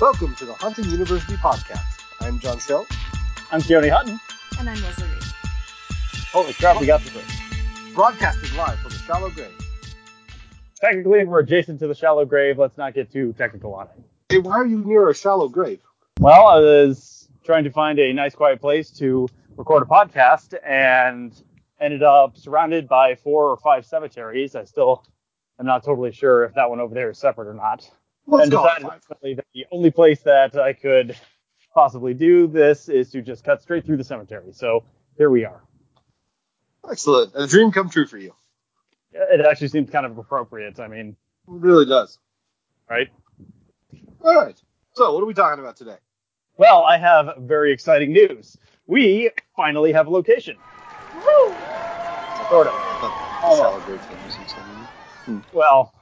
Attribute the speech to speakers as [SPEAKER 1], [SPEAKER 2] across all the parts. [SPEAKER 1] Welcome to the Hunting University Podcast. I'm John Shell.
[SPEAKER 2] I'm Keone Hutton.
[SPEAKER 3] And I'm Leslie Reed.
[SPEAKER 2] Holy crap, we got this. right.
[SPEAKER 1] Broadcasting live from the shallow grave.
[SPEAKER 2] Technically, we're adjacent to the shallow grave. Let's not get too technical on it.
[SPEAKER 1] Hey, why are you near a shallow grave?
[SPEAKER 2] Well, I was trying to find a nice, quiet place to record a podcast and ended up surrounded by four or five cemeteries. I still am not totally sure if that one over there is separate or not.
[SPEAKER 1] Let's
[SPEAKER 2] and
[SPEAKER 1] call it
[SPEAKER 2] decided
[SPEAKER 1] five.
[SPEAKER 2] ultimately that the only place that I could possibly do this is to just cut straight through the cemetery. So here we are.
[SPEAKER 1] Excellent. A dream come true for you.
[SPEAKER 2] It actually seems kind of appropriate. I mean,
[SPEAKER 1] It really does.
[SPEAKER 2] right?
[SPEAKER 1] All right. So, what are we talking about today?
[SPEAKER 2] Well, I have very exciting news. We finally have a location. Sort of.
[SPEAKER 1] Oh, shallow grave things and something.
[SPEAKER 2] Well,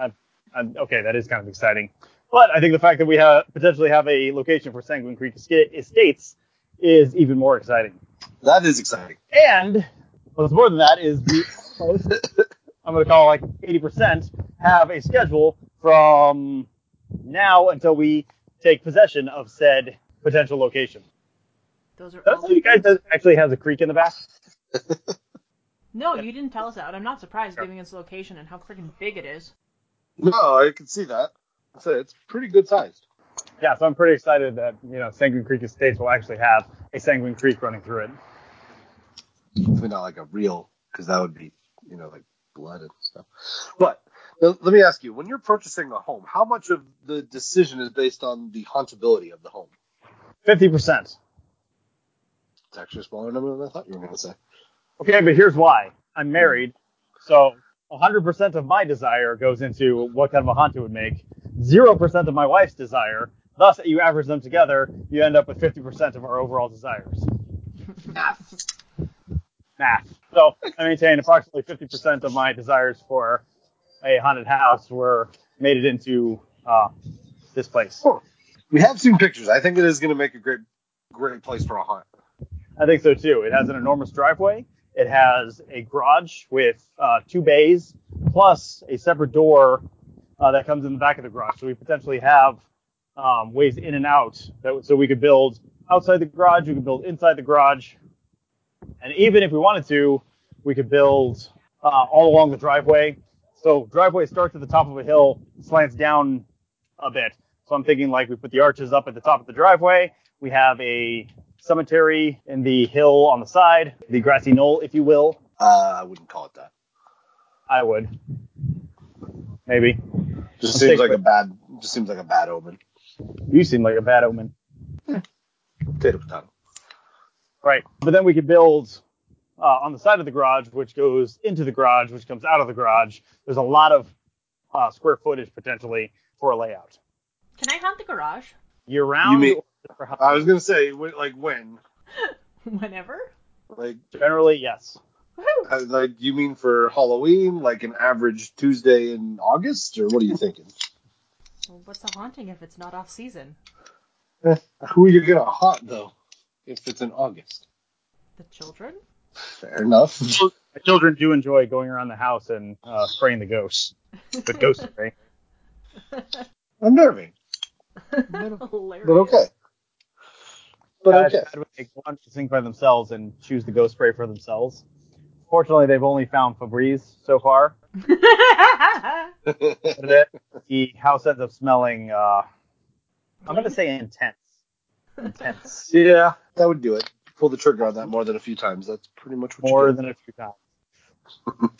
[SPEAKER 2] i I'm, okay, that is kind of exciting. But I think the fact that we have potentially have a location for Sanguine Creek Esca- Estates is even more exciting.
[SPEAKER 1] That is exciting.
[SPEAKER 2] And what's more than that is we almost, I'm going to call it like 80%, have a schedule from now until we take possession of said potential location.
[SPEAKER 3] Those are
[SPEAKER 2] Does
[SPEAKER 3] all.
[SPEAKER 2] you guys that actually has a creek in the back?
[SPEAKER 3] No, you didn't tell us that, and I'm not surprised giving us the location and how freaking big it is.
[SPEAKER 1] No, I can see that. I said it's pretty good sized.
[SPEAKER 2] Yeah, so I'm pretty excited that you know Sanguine Creek Estates will actually have a Sanguine Creek running through it.
[SPEAKER 1] Hopefully not like a real, because that would be, you know, like blood and stuff. But l- let me ask you: when you're purchasing a home, how much of the decision is based on the hauntability of the home?
[SPEAKER 2] Fifty percent.
[SPEAKER 1] It's actually a smaller number than I thought you were going to say.
[SPEAKER 2] Okay, but here's why. I'm married, so 100% of my desire goes into what kind of a haunt it would make. Zero percent of my wife's desire. Thus, you average them together, you end up with 50% of our overall desires. Math. So I maintain approximately 50% of my desires for a haunted house were made it into uh, this place.
[SPEAKER 1] Huh. We have seen pictures. I think it is going to make a great, great place for a haunt.
[SPEAKER 2] I think so too. It has an enormous driveway. It has a garage with uh, two bays, plus a separate door uh, that comes in the back of the garage. So we potentially have um, ways in and out. That, so we could build outside the garage. We could build inside the garage, and even if we wanted to, we could build uh, all along the driveway. So driveway starts at the top of a hill, slants down a bit. So I'm thinking like we put the arches up at the top of the driveway. We have a cemetery in the hill on the side, the grassy knoll, if you will.
[SPEAKER 1] Uh, I wouldn't call it that.
[SPEAKER 2] I would. Maybe.
[SPEAKER 1] Just seems
[SPEAKER 2] I'll take
[SPEAKER 1] like
[SPEAKER 2] it.
[SPEAKER 1] a bad. Just seems like a bad omen.
[SPEAKER 2] You seem like a bad omen.
[SPEAKER 1] Potato potato.
[SPEAKER 2] Right. But then we could build uh, on the side of the garage, which goes into the garage, which comes out of the garage. There's a lot of uh, square footage potentially for a layout.
[SPEAKER 3] Can I haunt the garage?
[SPEAKER 2] Year round,
[SPEAKER 1] mean-
[SPEAKER 2] or for
[SPEAKER 1] I was going to say, when- like when,
[SPEAKER 3] Whenever?
[SPEAKER 1] like
[SPEAKER 2] generally, yes.
[SPEAKER 3] Woohoo!
[SPEAKER 1] Uh, like you mean for Halloween, like an average Tuesday in August, or what are you thinking?
[SPEAKER 3] Well, what's a haunting if it's not off season?
[SPEAKER 1] Who are you gonna haunt though? If it's in August,
[SPEAKER 3] The children?
[SPEAKER 1] fair enough.
[SPEAKER 2] My children do enjoy going around the house and uh, spraying the ghosts, but ghost spray.
[SPEAKER 1] Unnerving,
[SPEAKER 3] Hilarious.
[SPEAKER 1] but okay. But
[SPEAKER 2] guys
[SPEAKER 1] okay.
[SPEAKER 2] had when they go on to sing by themselves and choose the ghost spray for themselves. Fortunately, they've only found Febreze so far. But it- the house ends up smelling, uh, I'm going to say intense. Intense.
[SPEAKER 1] yeah, that would do it. Pull the trigger on that more than a few times. That's pretty much what
[SPEAKER 2] More
[SPEAKER 1] you do.
[SPEAKER 2] than a few times.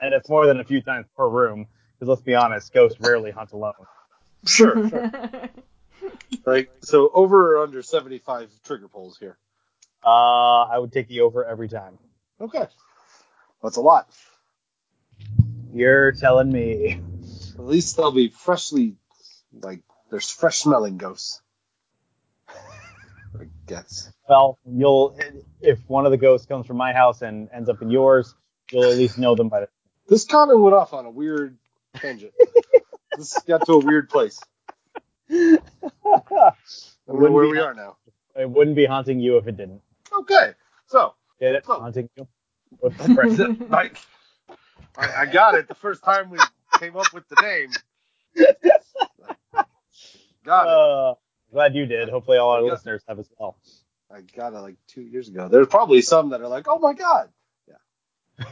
[SPEAKER 2] and it's more than a few times per room, because let's be honest, ghosts rarely hunt alone.
[SPEAKER 1] sure, sure. Like so, over or under seventy-five trigger pulls here.
[SPEAKER 2] Uh, I would take the over every time.
[SPEAKER 1] Okay, that's a lot.
[SPEAKER 2] You're telling me.
[SPEAKER 1] At least they'll be freshly, like, there's fresh smelling ghosts. I guess.
[SPEAKER 2] Well, you'll if one of the ghosts comes from my house and ends up in yours, you'll at least know them by the
[SPEAKER 1] This kind of went off on a weird tangent. this got to a weird place. I don't know
[SPEAKER 2] Wouldn't
[SPEAKER 1] where
[SPEAKER 2] be-
[SPEAKER 1] we are now.
[SPEAKER 2] It wouldn't be haunting you if it didn't.
[SPEAKER 1] Okay, so
[SPEAKER 2] Get it?
[SPEAKER 1] Oh.
[SPEAKER 2] Haunting you? With the press.
[SPEAKER 1] like, I, I got it the first time we came up with the name. Got it.
[SPEAKER 2] Uh, glad you did. Hopefully, all our
[SPEAKER 1] Yeah.
[SPEAKER 2] listeners have as well.
[SPEAKER 1] I got it like two years ago. There's probably some that are like, oh my god. Yeah.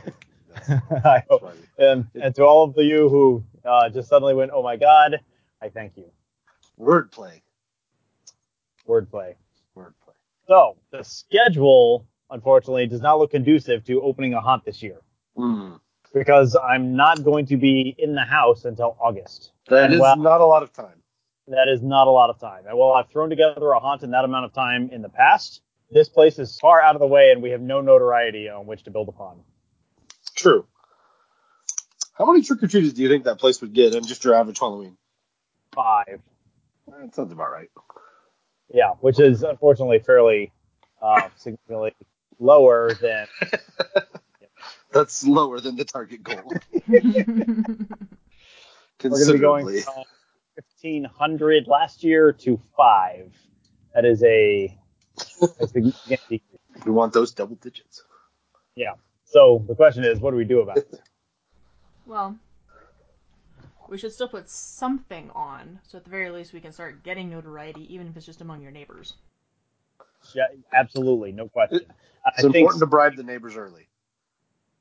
[SPEAKER 1] That's,
[SPEAKER 2] I
[SPEAKER 1] that's
[SPEAKER 2] hope.
[SPEAKER 1] why
[SPEAKER 2] And, and to all of you who uh, just suddenly went, "Oh my God!" I thank you.
[SPEAKER 1] we- wordplay.
[SPEAKER 2] Wordplay.
[SPEAKER 1] Wordplay.
[SPEAKER 2] So the schedule, unfortunately, does not look conducive to opening a haunt this year
[SPEAKER 1] Mm.
[SPEAKER 2] because I'm not going to be in the house until August.
[SPEAKER 1] That
[SPEAKER 2] And
[SPEAKER 1] is
[SPEAKER 2] well-
[SPEAKER 1] not a lot of time.
[SPEAKER 2] That is not a lot of time. And while I've thrown together a haunt in that amount of time in the past, this place is far out of the way and we have no notoriety on which to build upon.
[SPEAKER 1] True. How many trick or treaters do you think that place would get on just your average Halloween?
[SPEAKER 2] Five.
[SPEAKER 1] Eh, That sounds about right.
[SPEAKER 2] Yeah, which is unfortunately fairly uh, significantly lower than
[SPEAKER 1] That's lower than the target goal.
[SPEAKER 2] we're going to be
[SPEAKER 1] Considerably.
[SPEAKER 2] going from 1500 last year to five. That is a, a significant decrease.
[SPEAKER 1] we want those double digits.
[SPEAKER 2] So the question is, what do we do about it?
[SPEAKER 3] well, we should still put something on, so at the very least we can start getting notoriety, even if it's just among your neighbors.
[SPEAKER 2] Yeah, absolutely, no question.
[SPEAKER 1] It's important to bribe the neighbors early.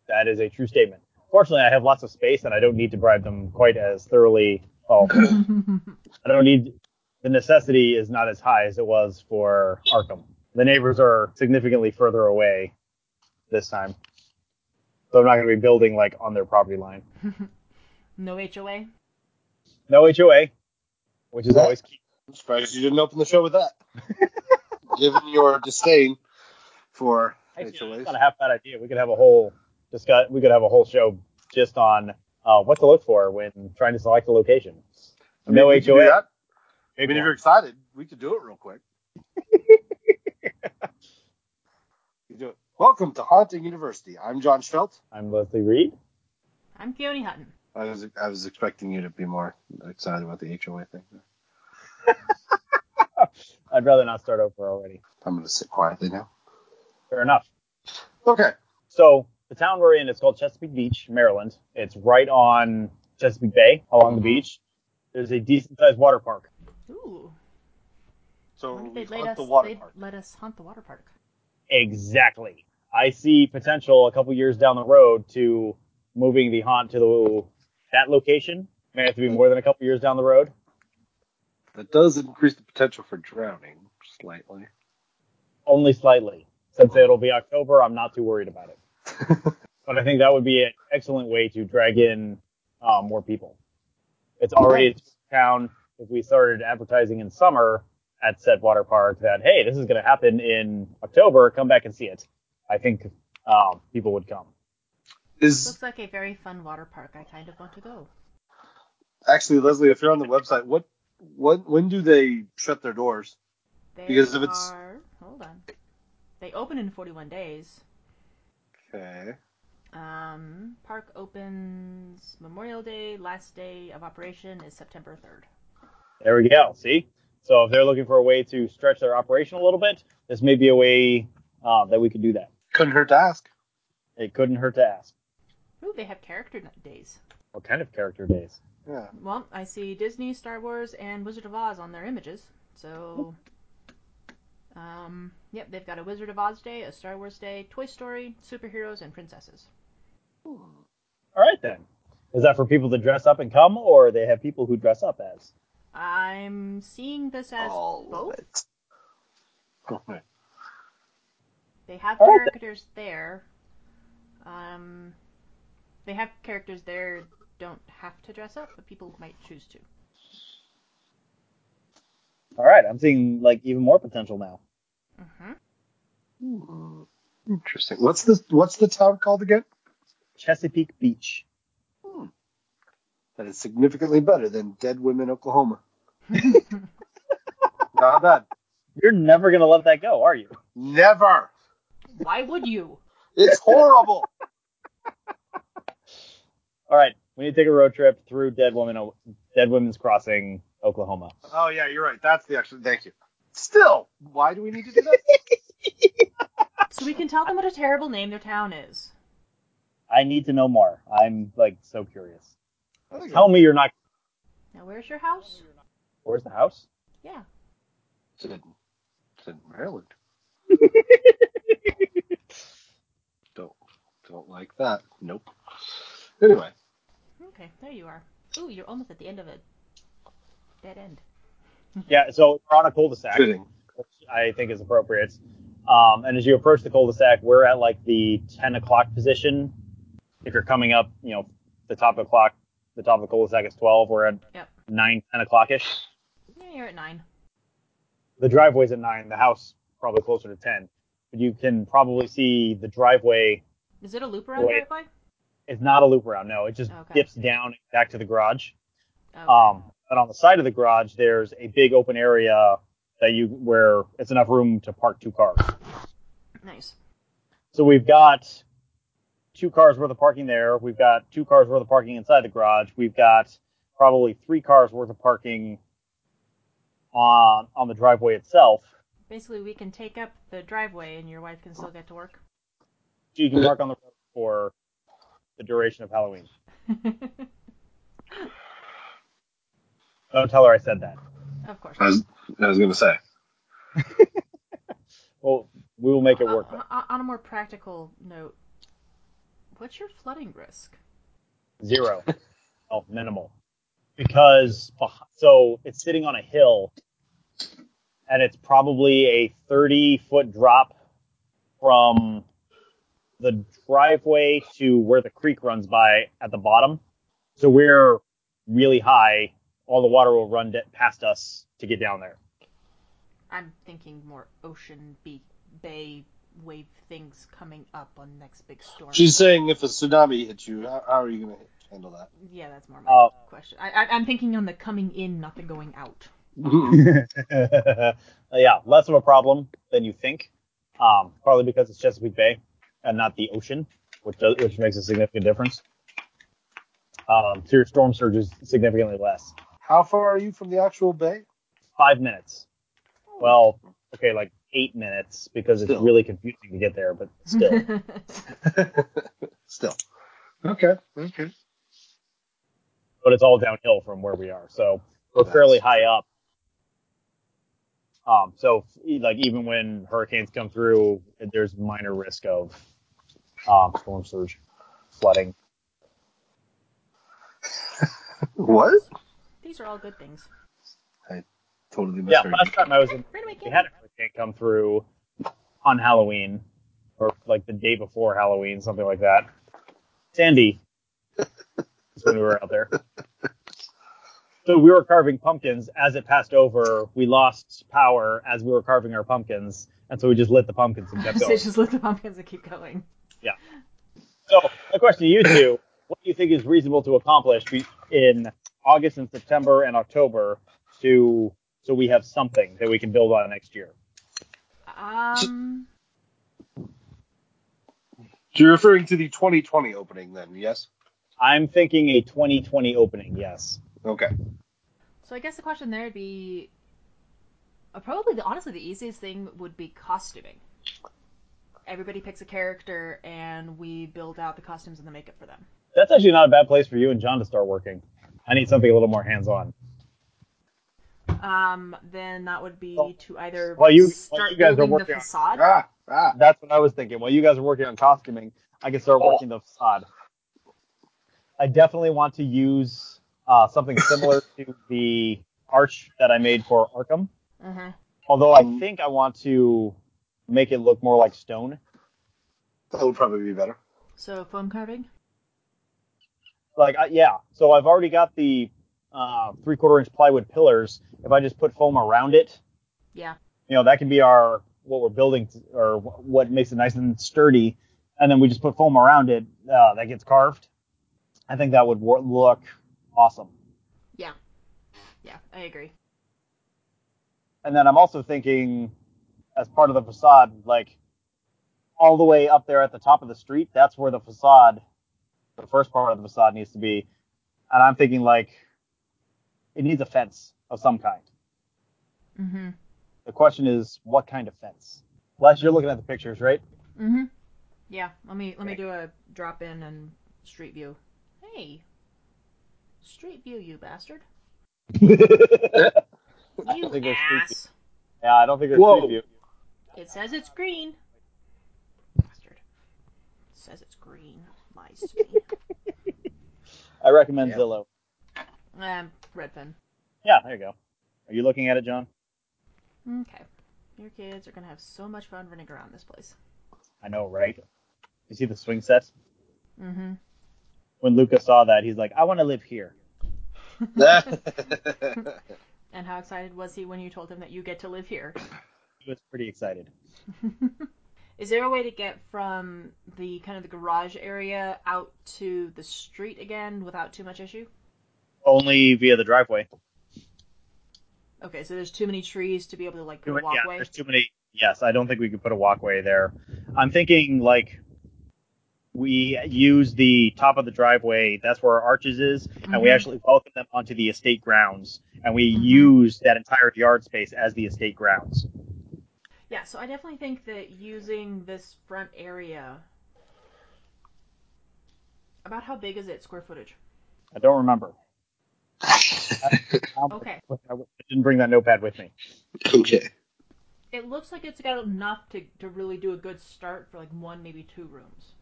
[SPEAKER 2] That is a true statement. Fortunately, I have lots of space and I don't need to bribe them quite as thoroughly. Well, I don't need the necessity is not as high as it was for Arkham. The neighbors are significantly further away this time, so I'm not going to be building like on their property line.
[SPEAKER 3] no HOA.
[SPEAKER 2] No HOA, which is always key.
[SPEAKER 1] I'm surprised you didn't open the show with that. Given your disdain for
[SPEAKER 2] Actually,
[SPEAKER 1] HOAs.
[SPEAKER 2] that's not a half bad idea. We could have a whole discuss. We could have a whole show just on uh, what to look for when trying to select a location.
[SPEAKER 1] I mean,
[SPEAKER 2] no
[SPEAKER 1] we could do
[SPEAKER 2] HOA.
[SPEAKER 1] that. I
[SPEAKER 2] Big
[SPEAKER 1] mean, if
[SPEAKER 2] one.
[SPEAKER 1] you're excited, we could do it real quick. You do it. Welcome to Haunting University. I'm John Schelt.
[SPEAKER 2] I'm Leslie Reed.
[SPEAKER 3] I'm Keone Hutton.
[SPEAKER 1] I was I was expecting you to be more excited about the HOA thing.
[SPEAKER 2] I'd rather not start over already.
[SPEAKER 1] I'm going to sit quietly now.
[SPEAKER 2] Fair enough.
[SPEAKER 1] Okay.
[SPEAKER 2] So the town we're in is called Chesapeake Beach, Maryland. It's right on Chesapeake Bay along the beach. There's a decent sized water park.
[SPEAKER 3] Ooh.
[SPEAKER 1] So
[SPEAKER 3] wonder if
[SPEAKER 1] we
[SPEAKER 3] they'd let
[SPEAKER 1] hunt
[SPEAKER 3] us,
[SPEAKER 1] the water
[SPEAKER 3] they'd
[SPEAKER 1] park.
[SPEAKER 3] let us hunt the water park.
[SPEAKER 2] Exactly. I see potential a couple years down the road to moving the haunt to the, that location. May have to be more than a couple years down the road.
[SPEAKER 1] That does increase the potential for drowning slightly.
[SPEAKER 2] Only slightly. Since it'll be October, I'm not too worried about it. But I think that would be an excellent way to drag in uh, more people. It's already a town. If we started advertising in summer at said water park that, hey, this is going to happen in October, come back and see it, I think um, people would come.
[SPEAKER 1] Is
[SPEAKER 3] Looks like a very fun water park. I kind of want to go.
[SPEAKER 1] actually Leslie, if you're on the website, what what when do they shut their doors?
[SPEAKER 3] They
[SPEAKER 1] Because if it's-
[SPEAKER 3] are. Hold on. They open in 41 days.
[SPEAKER 1] Okay.
[SPEAKER 3] Um, park opens Memorial Day. Last day of operation is September 3rd.
[SPEAKER 2] There we go. See? So if they're looking for a way to stretch their operation a little bit, this may be a way uh, that we could do that.
[SPEAKER 1] Couldn't hurt to ask.
[SPEAKER 2] It couldn't hurt to ask.
[SPEAKER 3] Ooh, they have character n- days.
[SPEAKER 2] What kind of character days?
[SPEAKER 1] Yeah.
[SPEAKER 3] Well, I see Disney, Star Wars, and Wizard of Oz on their images. So, um, yep, they've got a Wizard of Oz day, a Star Wars day, Toy Story, superheroes, and princesses.
[SPEAKER 2] All right then. Is that for people to dress up and come, or they have people who dress up as?
[SPEAKER 3] I'm seeing this as both.
[SPEAKER 1] it. Okay.
[SPEAKER 3] They have
[SPEAKER 2] All right, then.
[SPEAKER 3] characters there. Um, they have characters there don't have to dress up, but people might choose to.
[SPEAKER 2] All right, I'm seeing like even more potential now.
[SPEAKER 3] hmm
[SPEAKER 1] Hmm. Interesting. What's the what's the town called again?
[SPEAKER 2] Chesapeake Beach.
[SPEAKER 1] That is significantly better than Dead Women, Oklahoma. Not bad.
[SPEAKER 2] You're never gonna let that go, are you?
[SPEAKER 1] Never.
[SPEAKER 3] Why would you?
[SPEAKER 1] It's horrible.
[SPEAKER 2] All right, we need to take a road trip through Dead Woman, Dead Women's Crossing, Oklahoma.
[SPEAKER 1] oh yeah, you're right. That's the actual. Thank you. Still, why do we need to do that?
[SPEAKER 3] So we can tell them what a terrible name their town is.
[SPEAKER 2] I need to know more. I'm like so curious.
[SPEAKER 1] I think
[SPEAKER 2] Tell me you're not.
[SPEAKER 3] Now, where's your house?
[SPEAKER 2] Where's the house?
[SPEAKER 3] Yeah.
[SPEAKER 1] it's in, it's in Maryland. don't don't like that. Nope. Anyway,
[SPEAKER 3] Okay, there you are. Ooh, you're almost at the end of it. Dead end.
[SPEAKER 2] Yeah, so we're on a cul-de-sac, which
[SPEAKER 1] fitting.
[SPEAKER 2] I think is appropriate. Um, and as you approach the cul-de-sac, we're at like the 10 o'clock position. If you're coming up, you know, the top of the clock, the top of the cul-de-sac is 12. We're at
[SPEAKER 3] Yep.
[SPEAKER 2] 9, 10 o'clock-ish.
[SPEAKER 3] Yeah, you're at nine.
[SPEAKER 2] The driveway's at 9. The house probably closer to 10. But you can probably see the driveway.
[SPEAKER 3] Is it a loop around
[SPEAKER 2] Wait.
[SPEAKER 3] driveway?
[SPEAKER 2] It's not a loop around. No, it just
[SPEAKER 3] Okay.
[SPEAKER 2] dips down back to the garage.
[SPEAKER 3] Okay.
[SPEAKER 2] Um, but on the side of the garage, there's a big open area that you where it's enough room to park two cars.
[SPEAKER 3] nice.
[SPEAKER 2] So we've got two cars worth of parking there. We've got two cars worth of parking inside the garage. We've got probably three cars worth of parking on on the driveway itself.
[SPEAKER 3] Basically, we can take up the driveway and your wife can still get to work.
[SPEAKER 2] So you can park on the road for the duration of Halloween. Don't tell her I said that.
[SPEAKER 3] of course.
[SPEAKER 1] I was I was gonna say.
[SPEAKER 2] Well, we will make it
[SPEAKER 3] Uh,
[SPEAKER 2] work.
[SPEAKER 3] on,
[SPEAKER 2] though.
[SPEAKER 3] on a more practical note, what's your flooding risk?
[SPEAKER 2] Zero. oh, minimal. Because beh- so it's sitting on a hill, and it's probably a thirty foot drop from the driveway to where the creek runs by at the bottom. So we're really high. All the water will run de- past us to get down there.
[SPEAKER 3] I'm thinking more ocean, be- bay, wave things coming up on next big storm.
[SPEAKER 1] She's saying if a tsunami hits you, how, how are you gonna handle that?
[SPEAKER 3] Yeah, that's more my
[SPEAKER 2] Oh.
[SPEAKER 3] question. I, I, I'm thinking on the coming in, not the going out.
[SPEAKER 2] Uh, yeah, less of a problem than you think. Um, probably because it's Chesapeake Bay and not the ocean, which does, which makes a significant difference. Um, so your storm surge is significantly less.
[SPEAKER 1] How far are you from the actual bay?
[SPEAKER 2] Five minutes. Well, okay, like eight minutes because it's
[SPEAKER 1] Still.
[SPEAKER 2] really confusing to get there, but still.
[SPEAKER 1] Still. Okay. Okay.
[SPEAKER 2] but it's all downhill from where we are. So we're
[SPEAKER 1] That's
[SPEAKER 2] fairly
[SPEAKER 1] true.
[SPEAKER 2] high up. Um, so e- like even when hurricanes come through, there's minor risk of um, storm surge, flooding.
[SPEAKER 1] What?
[SPEAKER 3] These are all good things.
[SPEAKER 1] Totally
[SPEAKER 2] Yeah,
[SPEAKER 1] misheard.
[SPEAKER 2] last time I was in,
[SPEAKER 3] Right away,
[SPEAKER 2] we had a hurricane come through on Halloween or like the day before Halloween, something like that. Sandy is when we were out there. So we were carving pumpkins. As it passed over, we lost power as we were carving our pumpkins, and so we just lit the pumpkins and kept
[SPEAKER 3] so
[SPEAKER 2] going.
[SPEAKER 3] just let the pumpkins and keep going.
[SPEAKER 2] So my question to you two: What do you think is reasonable to accomplish be- in August and September and October to so we have something that we can build on next year?
[SPEAKER 3] Um,
[SPEAKER 1] You're referring to the 2020 opening then, yes?
[SPEAKER 2] I'm thinking a 2020 opening, yes.
[SPEAKER 1] Okay.
[SPEAKER 3] so I guess the question there would be, uh, probably the, honestly the easiest thing would be costuming. Everybody picks a character and we build out the costumes and the makeup for them.
[SPEAKER 2] That's actually not a bad place for you and John to start working. I need something a little more hands-on.
[SPEAKER 3] Um, then that would be to either
[SPEAKER 2] Well, you- well,
[SPEAKER 3] start
[SPEAKER 2] you guys are
[SPEAKER 3] building the
[SPEAKER 2] working on-
[SPEAKER 3] facade.
[SPEAKER 1] Ah, ah.
[SPEAKER 2] That's what I was thinking. While you guys are working on costuming, I can start
[SPEAKER 1] Oh.
[SPEAKER 2] working the facade. I definitely want to use uh, something similar to the arch that I made for Arkham.
[SPEAKER 3] Mhm.
[SPEAKER 2] Although I
[SPEAKER 1] Mhm.
[SPEAKER 2] think I want to make it look more like stone.
[SPEAKER 1] That would probably be better.
[SPEAKER 3] So foam carving.
[SPEAKER 2] Like, I, yeah. So I've already got the uh, three-quarter inch plywood pillars. If I just put foam around it,
[SPEAKER 3] Yeah.
[SPEAKER 2] you know that can be our what we're building to, or wh- what makes it nice and sturdy and then we just put foam around it uh, that gets carved i think that would wor- look awesome
[SPEAKER 3] Yeah. Yeah, I agree.
[SPEAKER 2] and then i'm also thinking as part of the facade like all the way up there at the top of the street that's where the facade the first part of the facade needs to be and i'm thinking like it needs a fence of some kind
[SPEAKER 3] Mhm.
[SPEAKER 2] the question is what kind of fence les you're looking at the pictures right
[SPEAKER 3] Mhm. Yeah, let me let me do a drop in and street view. Hey, street view, you bastard!
[SPEAKER 2] yeah,
[SPEAKER 3] You
[SPEAKER 2] think there's street
[SPEAKER 3] ass!
[SPEAKER 2] I don't think there's
[SPEAKER 1] Whoa.
[SPEAKER 2] street view.
[SPEAKER 3] It says it's green. Bastard. It says it's green. Lies to me.
[SPEAKER 2] I recommend
[SPEAKER 1] Yeah.
[SPEAKER 2] Zillow.
[SPEAKER 3] um, Redfin.
[SPEAKER 2] Yeah, there you go. Are you looking at it, John?
[SPEAKER 3] Okay. Your kids are gonna have so much fun running around this place.
[SPEAKER 2] I know, right? You see the swing sets?
[SPEAKER 3] Mm-hmm.
[SPEAKER 2] When Luca saw that, he's like, I want to live here.
[SPEAKER 3] and how excited was he when you told him that you get to live here?
[SPEAKER 2] He was pretty excited.
[SPEAKER 3] Is there a way to get from the kind of the garage area out to the street again without too much issue?
[SPEAKER 2] Only via the driveway.
[SPEAKER 3] Okay, so there's too many trees to be able to like put a
[SPEAKER 2] Yeah,
[SPEAKER 3] walkway.
[SPEAKER 2] there's too many. Yes, I don't think we could put a walkway there. I'm thinking like we use the top of the driveway. That's where our arches is, and we
[SPEAKER 3] Mhm.
[SPEAKER 2] actually welcome them onto the estate grounds, and we
[SPEAKER 3] Mhm.
[SPEAKER 2] use that entire yard space as the estate grounds.
[SPEAKER 3] Yeah, so I definitely think that using this front area. About how big is it square footage?
[SPEAKER 2] I don't remember.
[SPEAKER 3] Okay.
[SPEAKER 2] I didn't bring that notepad with me.
[SPEAKER 1] okay.
[SPEAKER 3] It looks like it's got enough to, to really do a good start for like one, maybe two rooms.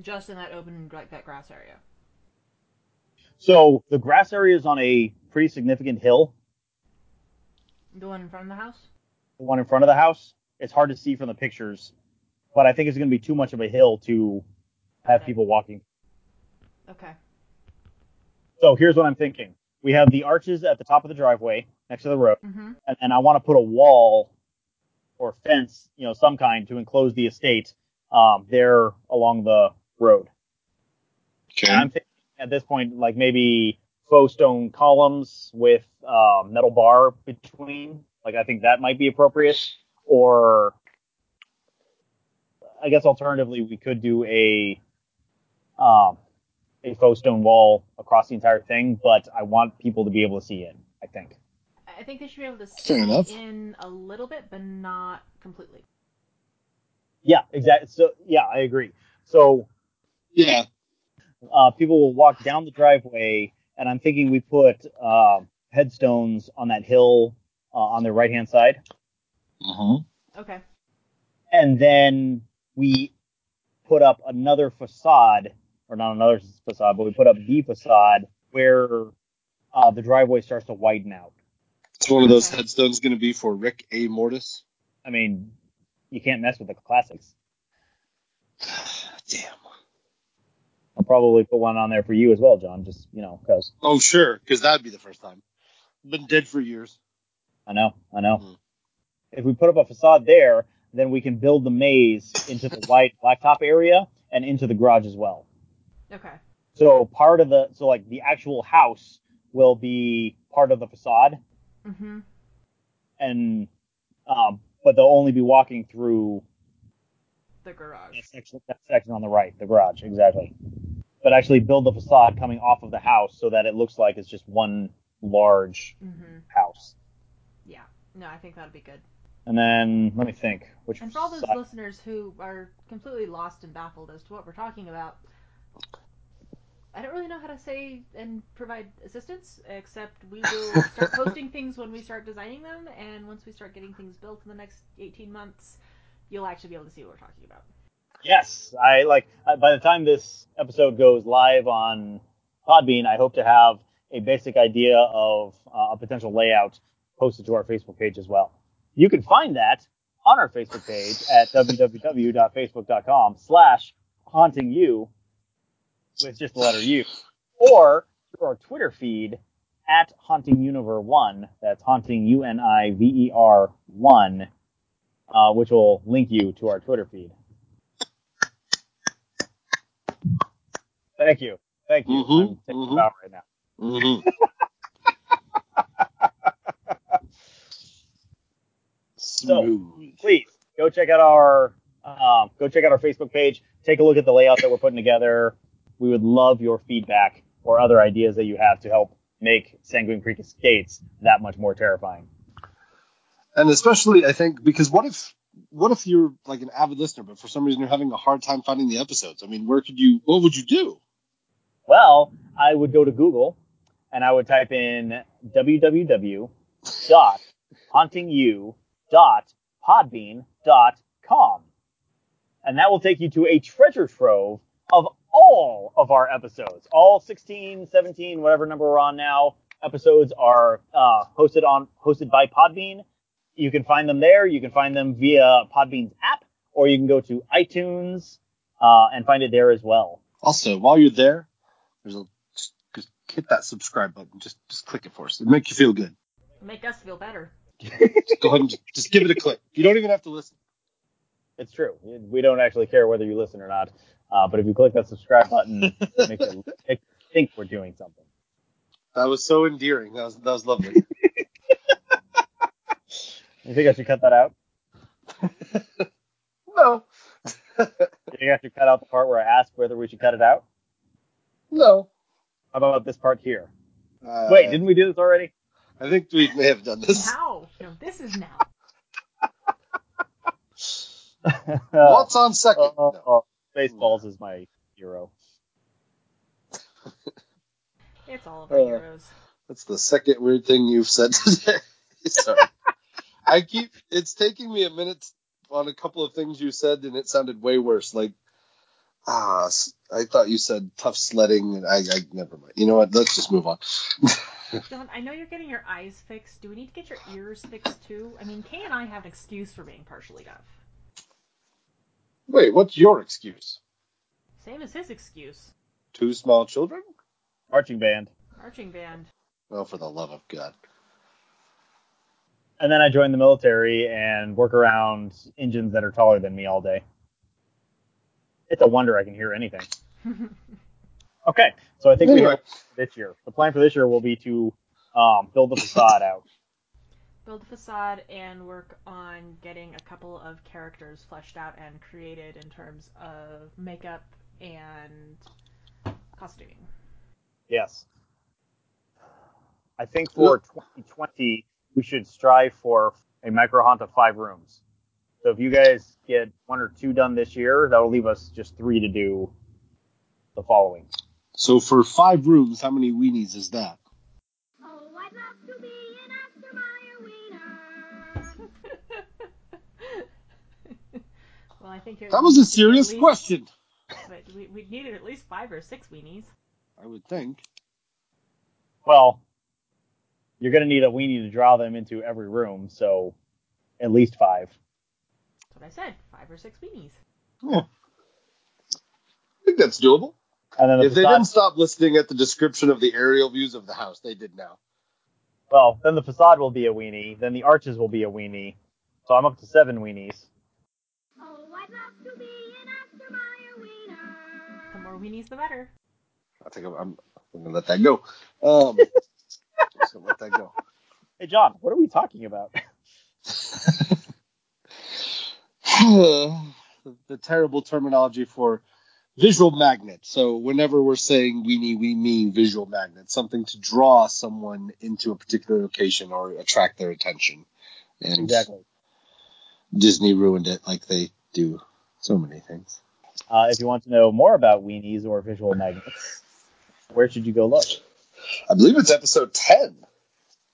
[SPEAKER 3] Just in that open, like that grass area.
[SPEAKER 2] So the grass area is on a pretty significant hill,
[SPEAKER 3] The one in front of the house?
[SPEAKER 2] the one in front of the house. It's hard to see from the pictures, but I think it's going to be too much of a hill to have
[SPEAKER 3] Okay.
[SPEAKER 2] people walking.
[SPEAKER 3] Okay.
[SPEAKER 2] So here's what I'm thinking. We have the arches at the top of the driveway next to the road,
[SPEAKER 3] hmm
[SPEAKER 2] and, and I want to put a wall or fence, you know, some kind to enclose the estate um, there along the road. And I'm thinking at this point, like maybe faux stone columns with uh, metal bar between. Like I think that might be appropriate. Or I guess alternatively, we could do a um, a faux stone wall across the entire thing, but I want people to be able to see it. I think.
[SPEAKER 3] I think they should be able to
[SPEAKER 1] Fair
[SPEAKER 3] see
[SPEAKER 1] enough.
[SPEAKER 3] in a little bit, but not completely.
[SPEAKER 2] Yeah, exactly. So yeah, I agree. So
[SPEAKER 1] Yeah.
[SPEAKER 2] uh, people will walk down the driveway, and I'm thinking we put uh, headstones on that hill uh, on the right hand side.
[SPEAKER 1] Mhm.
[SPEAKER 3] Okay.
[SPEAKER 2] and then we put up another facade, or not another facade, but we put up the facade where uh, the driveway starts to widen out.
[SPEAKER 1] It's one of those
[SPEAKER 3] Okay.
[SPEAKER 1] headstones going to be for Rick A. Mortis.
[SPEAKER 2] I mean, you can't mess with the classics.
[SPEAKER 1] Damn.
[SPEAKER 2] I'll probably put one on there for you as well, John. Just you know, because
[SPEAKER 1] Oh sure, because that'd be the first time. Been dead for years.
[SPEAKER 2] I know, I know.
[SPEAKER 1] Hmm.
[SPEAKER 2] If we put up a facade there, then we can build the maze into the wide blacktop area and into the garage as well.
[SPEAKER 3] Okay.
[SPEAKER 2] So part of the so like the actual house will be part of the facade,
[SPEAKER 3] Mm-hmm.
[SPEAKER 2] and um, but they'll only be walking through
[SPEAKER 3] The garage.
[SPEAKER 2] that section, that section on the right, the garage, exactly. But actually build the facade coming off of the house so that it looks like it's just one large
[SPEAKER 3] Mm-hmm.
[SPEAKER 2] house.
[SPEAKER 3] Yeah. No, I think that'd be good.
[SPEAKER 2] And then let me think, which
[SPEAKER 3] And for all those
[SPEAKER 2] side-
[SPEAKER 3] listeners who are completely lost and baffled as to what we're talking about, I don't really know how to say and provide assistance, except we will start posting things when we start designing them, and once we start getting things built in the next 18 months, you'll actually be able to see what we're talking about.
[SPEAKER 2] yes, I like. uh, By the time this episode goes live on Podbean, I hope to have a basic idea of uh, a potential layout posted to our Facebook page as well. You can find that on our Facebook page at www.facebook.com slash haunting you with just the letter U or through our Twitter feed at haunting univer one. That's haunting U N I V E R one, uh, which will link you to our Twitter feed. Thank you. Thank you.
[SPEAKER 1] Mhm,
[SPEAKER 2] I'm taking
[SPEAKER 1] mhm.
[SPEAKER 2] it out right now.
[SPEAKER 1] Mm-hmm. Smooth.
[SPEAKER 2] please go check out our um, go check out our Facebook page. Take a look at the layout that we're putting together. We would love your feedback or other ideas that you have to help make Sanguine Creek Estates that much more terrifying.
[SPEAKER 1] And especially, I think, because what if what if you're like an avid listener, but for some reason you're having a hard time finding the episodes? I mean, where could you? What would you do?
[SPEAKER 2] Well, I would go to Google and I would type in www dot hauntingyou dot podbean dot com, and that will take you to a treasure trove of all of our episodes. All 16, 17, whatever number we're on now, episodes are uh, hosted on hosted by Podbean. You can find them there. You can find them via Podbean's app, or you can go to iTunes uh, and find it there as well.
[SPEAKER 1] Also, while you're there, there's a just, just hit that subscribe button. Just just click it for us. It make you feel good.
[SPEAKER 3] Make us feel better.
[SPEAKER 1] Just go ahead and just, just give it a click. You don't even have to listen.
[SPEAKER 2] It's true. We don't actually care whether you listen or not. Uh, but if you click that subscribe button, it makes you it think we're doing something.
[SPEAKER 1] That was so endearing. That was that was lovely.
[SPEAKER 2] You think I should cut that out?
[SPEAKER 1] no,
[SPEAKER 2] You think I should cut out the part where I asked whether we should cut it out?
[SPEAKER 1] no.
[SPEAKER 2] How about this part here?
[SPEAKER 1] Uh,
[SPEAKER 2] Wait, didn't we do this already?
[SPEAKER 1] I think we may have done this.
[SPEAKER 3] Now, no, this is now.
[SPEAKER 1] What's on second?
[SPEAKER 2] Oh, oh,
[SPEAKER 1] No.
[SPEAKER 2] oh. Baseballs is my hero.
[SPEAKER 3] It's all of our
[SPEAKER 1] Uh.
[SPEAKER 3] heroes.
[SPEAKER 1] That's the second weird thing you've said today. Sorry. I keep it's taking me a minute on a couple of things you said and it sounded way worse. Like ah s- I thought you said tough sledding and I, I never mind. You know what? Let's just move on.
[SPEAKER 3] John, I know you're getting your eyes fixed. Do we need to get your ears fixed too? I mean, Kay and I have an excuse for being partially deaf.
[SPEAKER 1] Wait, what's your excuse?
[SPEAKER 3] Same as his excuse.
[SPEAKER 1] Two small children?
[SPEAKER 2] Marching band.
[SPEAKER 3] Marching band.
[SPEAKER 1] Oh, for the love of God.
[SPEAKER 2] And then I joined the military and work around engines that are taller than me all day. It's a wonder I can hear anything. Okay, so I think we
[SPEAKER 1] Anyway.
[SPEAKER 2] have this year. The plan for this year will be to um, build the facade out.
[SPEAKER 3] Build a facade and work on getting a couple of characters fleshed out and created in terms of makeup and costuming.
[SPEAKER 2] Yes. I think for 2020, we should strive for a micro haunt of five rooms. So if you guys get one or two done this year, that'll leave us just three to do the following.
[SPEAKER 1] So for five rooms, how many weenies is that?
[SPEAKER 4] Oh, I'd love to be an Oscar Mayer wiener.
[SPEAKER 3] well, I think you're
[SPEAKER 1] That was a serious
[SPEAKER 3] at least-
[SPEAKER 1] question.
[SPEAKER 3] But we, we needed at least five or six weenies.
[SPEAKER 1] I would think.
[SPEAKER 2] Well, you're going to need a weenie to draw them into every room, so at least five.
[SPEAKER 3] That's what I said. Five or six weenies.
[SPEAKER 1] I think that's doable.
[SPEAKER 2] And then the
[SPEAKER 1] If they
[SPEAKER 2] facade-
[SPEAKER 1] didn't stop listening at the description of the aerial views of the house, they did now.
[SPEAKER 2] Well, then the facade will be a weenie. Then the arches will be a weenie. So I'm up to seven weenies.
[SPEAKER 4] Oh, I'd love to be an Oscar Mayer wiener.
[SPEAKER 3] The more weenies, the better.
[SPEAKER 1] I think I'm, I'm, I'm gonna let that go. Um, just gonna let that go.
[SPEAKER 2] Hey, John, what are we talking about?
[SPEAKER 1] the, the terrible terminology for visual magnet. So whenever we're saying weenie, we mean visual magnet, something to draw someone into a particular location or attract their attention. And Disney ruined it, like they do so many things.
[SPEAKER 2] Uh, if you want to know more about weenies or visual magnets, where should you go look?
[SPEAKER 1] I believe it's episode ten.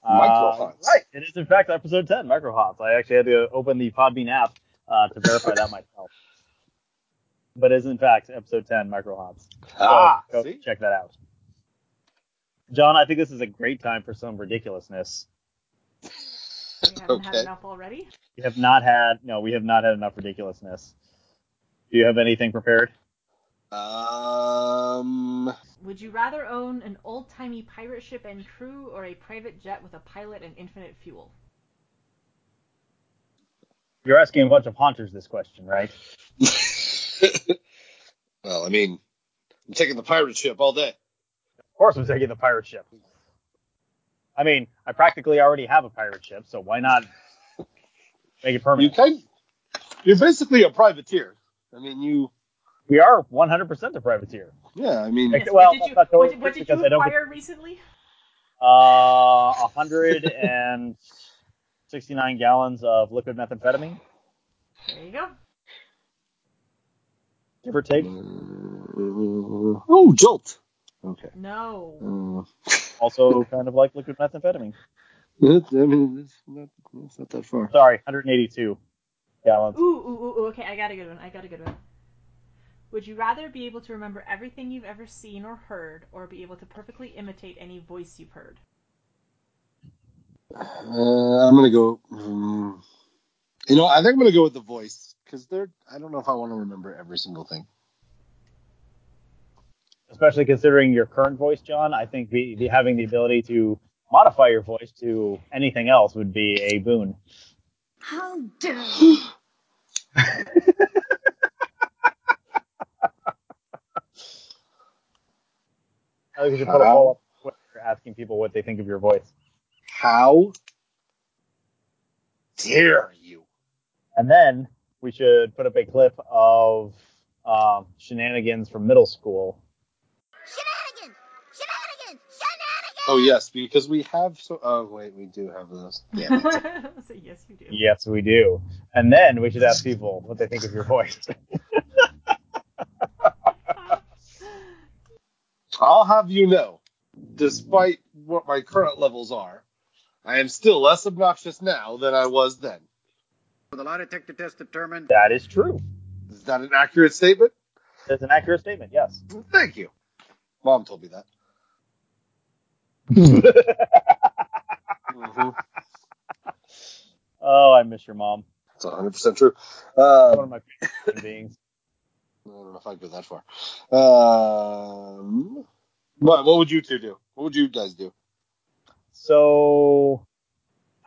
[SPEAKER 2] Uh,
[SPEAKER 1] Microhaunts.
[SPEAKER 2] right. It is, in fact, episode 10, Microhaunts. I actually had to open the Podbean app uh, to verify that myself. But it is, in fact, episode 10, Microhaunts. So go
[SPEAKER 1] Ah, see?
[SPEAKER 2] check that out. John, I think this is a great time for some ridiculousness.
[SPEAKER 3] We haven't had
[SPEAKER 1] Okay.
[SPEAKER 3] enough already.
[SPEAKER 2] We have not had, no, we have not had enough ridiculousness. Do you have anything prepared?
[SPEAKER 1] Um,
[SPEAKER 3] Would you rather own an old timey pirate ship and crew or a private jet with a pilot and infinite fuel?
[SPEAKER 2] You're asking a bunch of haunters this question, right?
[SPEAKER 1] well, I mean, I'm taking the pirate ship all day.
[SPEAKER 2] Of course, I'm taking the pirate ship. I mean, I practically already have a pirate ship, so why not make it
[SPEAKER 1] You
[SPEAKER 2] permanent?
[SPEAKER 1] kind, you're basically a privateer. I mean, you,
[SPEAKER 2] we are 100% a privateer.
[SPEAKER 1] yeah. I mean,
[SPEAKER 2] Yes. well,
[SPEAKER 3] what did you,
[SPEAKER 2] that's
[SPEAKER 3] what
[SPEAKER 2] totally
[SPEAKER 3] did, what did
[SPEAKER 2] because
[SPEAKER 3] you
[SPEAKER 2] I don't get-
[SPEAKER 3] acquire recently?
[SPEAKER 2] Uh, 169 gallons of liquid methamphetamine.
[SPEAKER 3] There you go.
[SPEAKER 2] Give or take.
[SPEAKER 1] Uh, oh, Jolt. Okay.
[SPEAKER 3] No.
[SPEAKER 1] Uh,
[SPEAKER 2] Also kind of like liquid methamphetamine.
[SPEAKER 1] it- I mean, it's not, it's not that far.
[SPEAKER 2] Sorry, 182 gallons.
[SPEAKER 3] Ooh, ooh, ooh, ooh. Okay, I got a good one. I got a good one. Would you rather be able to remember everything you've ever seen or heard, or be able to perfectly imitate any voice you've heard?
[SPEAKER 1] Uh, I'm gonna go. mm, you know, I think I'm gonna go with the voice because they're. I don't know if I want to remember every single thing.
[SPEAKER 2] Especially considering your current voice, John, I think the, the, having the ability to modify your voice to anything else would be a boon.
[SPEAKER 4] How dare you?
[SPEAKER 2] I think we should put a
[SPEAKER 1] Wow.
[SPEAKER 2] poll up on Twitter asking people what they think of your voice.
[SPEAKER 1] How dare you?
[SPEAKER 2] And then we should put up a clip of um, shenanigans from middle school.
[SPEAKER 4] Shenanigans! Shenanigans! Shenanigans!
[SPEAKER 1] Oh yes, because we have so. Oh wait, we do have those. Yeah.
[SPEAKER 3] so yes, you do.
[SPEAKER 2] Yes, we do. And then we should ask people what they think of your voice.
[SPEAKER 1] I'll have you know, despite what my current levels are, I am still less obnoxious now than I was then.
[SPEAKER 5] The lie detector test determined
[SPEAKER 2] that is true.
[SPEAKER 1] Is that an accurate statement?
[SPEAKER 2] That's an accurate statement. Yes.
[SPEAKER 1] Thank you. Mom told me that. hmm
[SPEAKER 2] oh, I miss your mom.
[SPEAKER 1] It's 100 percent true.
[SPEAKER 2] One
[SPEAKER 1] Um,
[SPEAKER 2] of my favorite human beings.
[SPEAKER 1] I don't know if I'd go that far. Um, what what would you two do? What would you guys do?
[SPEAKER 2] So,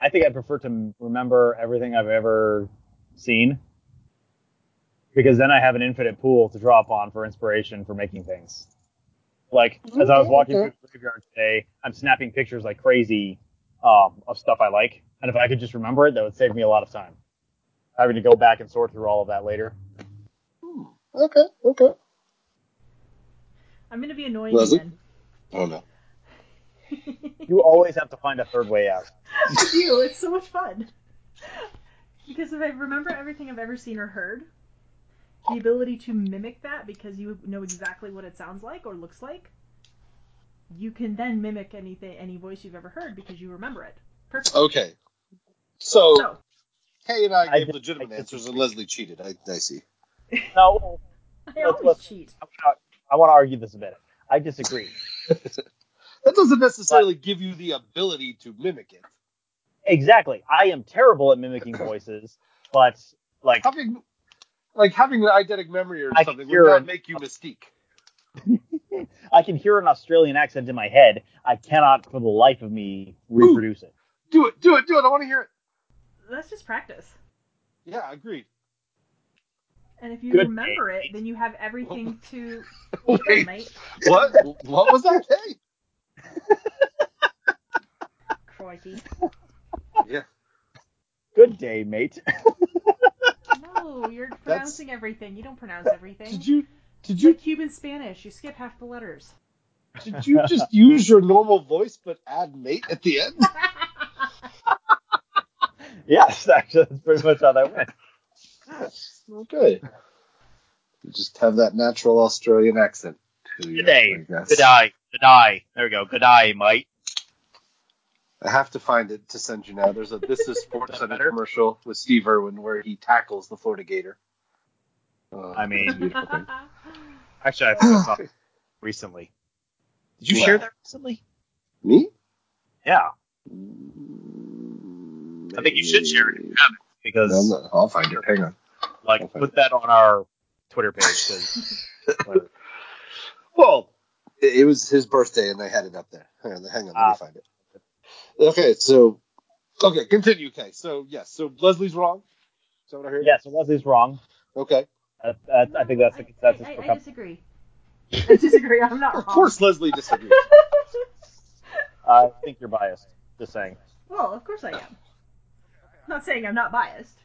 [SPEAKER 2] I think I prefer to remember everything I've ever seen because then I have an infinite pool to draw upon for inspiration for making things. Like as I was
[SPEAKER 1] Okay,
[SPEAKER 2] walking
[SPEAKER 1] okay.
[SPEAKER 2] through the graveyard today, I'm snapping pictures like crazy um, of stuff I like, and if I could just remember it, that would save me a lot of time having to go back and sort through all of that later.
[SPEAKER 1] Okay, okay.
[SPEAKER 3] I'm gonna be annoying
[SPEAKER 1] Leslie?
[SPEAKER 3] again.
[SPEAKER 1] Oh no.
[SPEAKER 2] You always have to find a third way out.
[SPEAKER 3] I do. It's so much fun. Because if I remember everything I've ever seen or heard, the ability to mimic that because you know exactly what it sounds like or looks like, you can then mimic anything, any voice you've ever heard because you remember it. Perfect.
[SPEAKER 1] Okay. So,
[SPEAKER 3] So,
[SPEAKER 1] Kay and I
[SPEAKER 2] I
[SPEAKER 1] gave
[SPEAKER 2] just-
[SPEAKER 1] legitimate
[SPEAKER 2] I just-
[SPEAKER 1] answers, and Leslie cheated. I, I see.
[SPEAKER 2] No,
[SPEAKER 3] I
[SPEAKER 2] Let's-
[SPEAKER 3] always
[SPEAKER 2] let's-
[SPEAKER 3] cheat.
[SPEAKER 2] I want to argue this a bit. I disagree.
[SPEAKER 1] That doesn't necessarily give you the ability to mimic it.
[SPEAKER 2] Exactly. I am terrible at mimicking voices, but like
[SPEAKER 1] Having like having an eidetic memory or
[SPEAKER 2] I can
[SPEAKER 1] something
[SPEAKER 2] hear
[SPEAKER 1] would not
[SPEAKER 2] it.
[SPEAKER 1] make you mystique.
[SPEAKER 2] I can hear an Australian accent in my head. I cannot, for the life of me, reproduce it.
[SPEAKER 1] Do it, do it, do it. I want to hear it.
[SPEAKER 3] Let's just practice.
[SPEAKER 1] Yeah, agreed.
[SPEAKER 3] And if you
[SPEAKER 2] Good
[SPEAKER 3] remember it, then you have everything to.
[SPEAKER 1] Oh. Wait.
[SPEAKER 3] mate.
[SPEAKER 1] What? what was that? Hey.
[SPEAKER 3] Crikey.
[SPEAKER 1] Yeah.
[SPEAKER 2] Good day, mate.
[SPEAKER 3] No, you're pronouncing everything. You don't pronounce everything.
[SPEAKER 1] Did you did
[SPEAKER 3] It's
[SPEAKER 1] you
[SPEAKER 3] like Cuban Spanish. You skip half the letters.
[SPEAKER 1] did you just use your normal voice but add mate at the end?
[SPEAKER 2] Yes, actually, that's pretty much how that went.
[SPEAKER 1] Okay. You just have that natural Australian accent. to you,
[SPEAKER 6] Good day.
[SPEAKER 1] I guess.
[SPEAKER 6] Good eye. Good eye. There we go. Good eye, mate.
[SPEAKER 1] I have to find it to send you now. There's a this is Sports Center
[SPEAKER 6] better?
[SPEAKER 1] commercial with Steve Irwin where he tackles the Florida Gator. Uh,
[SPEAKER 6] I mean-
[SPEAKER 1] it's a beautiful thing.
[SPEAKER 6] Actually, I think I saw it recently. Did you
[SPEAKER 1] What?
[SPEAKER 6] share that recently?
[SPEAKER 1] me?
[SPEAKER 6] Yeah,
[SPEAKER 1] Mm,
[SPEAKER 6] I think you should share it if you haven't, because
[SPEAKER 1] No, no, I'll find it. Hang on.
[SPEAKER 6] like
[SPEAKER 1] Okay.
[SPEAKER 6] put that on our Twitter page. 'cause-
[SPEAKER 1] Well, it, it was his birthday and they had it up there. Hang on, hang on let
[SPEAKER 2] Ah.
[SPEAKER 1] me find it. Okay, so okay, continue. Okay, so yes, so Leslie's wrong. Is that what I heard?
[SPEAKER 2] Yeah, so Leslie's wrong.
[SPEAKER 1] Okay.
[SPEAKER 2] That, that, I think that's the consensus
[SPEAKER 3] I,
[SPEAKER 2] for
[SPEAKER 3] I, I
[SPEAKER 2] com-
[SPEAKER 3] disagree. I disagree. I'm not wrong.
[SPEAKER 1] Of course, Leslie disagrees.
[SPEAKER 2] I think you're biased. Just saying.
[SPEAKER 3] well, of course I am. I'm not saying I'm not biased.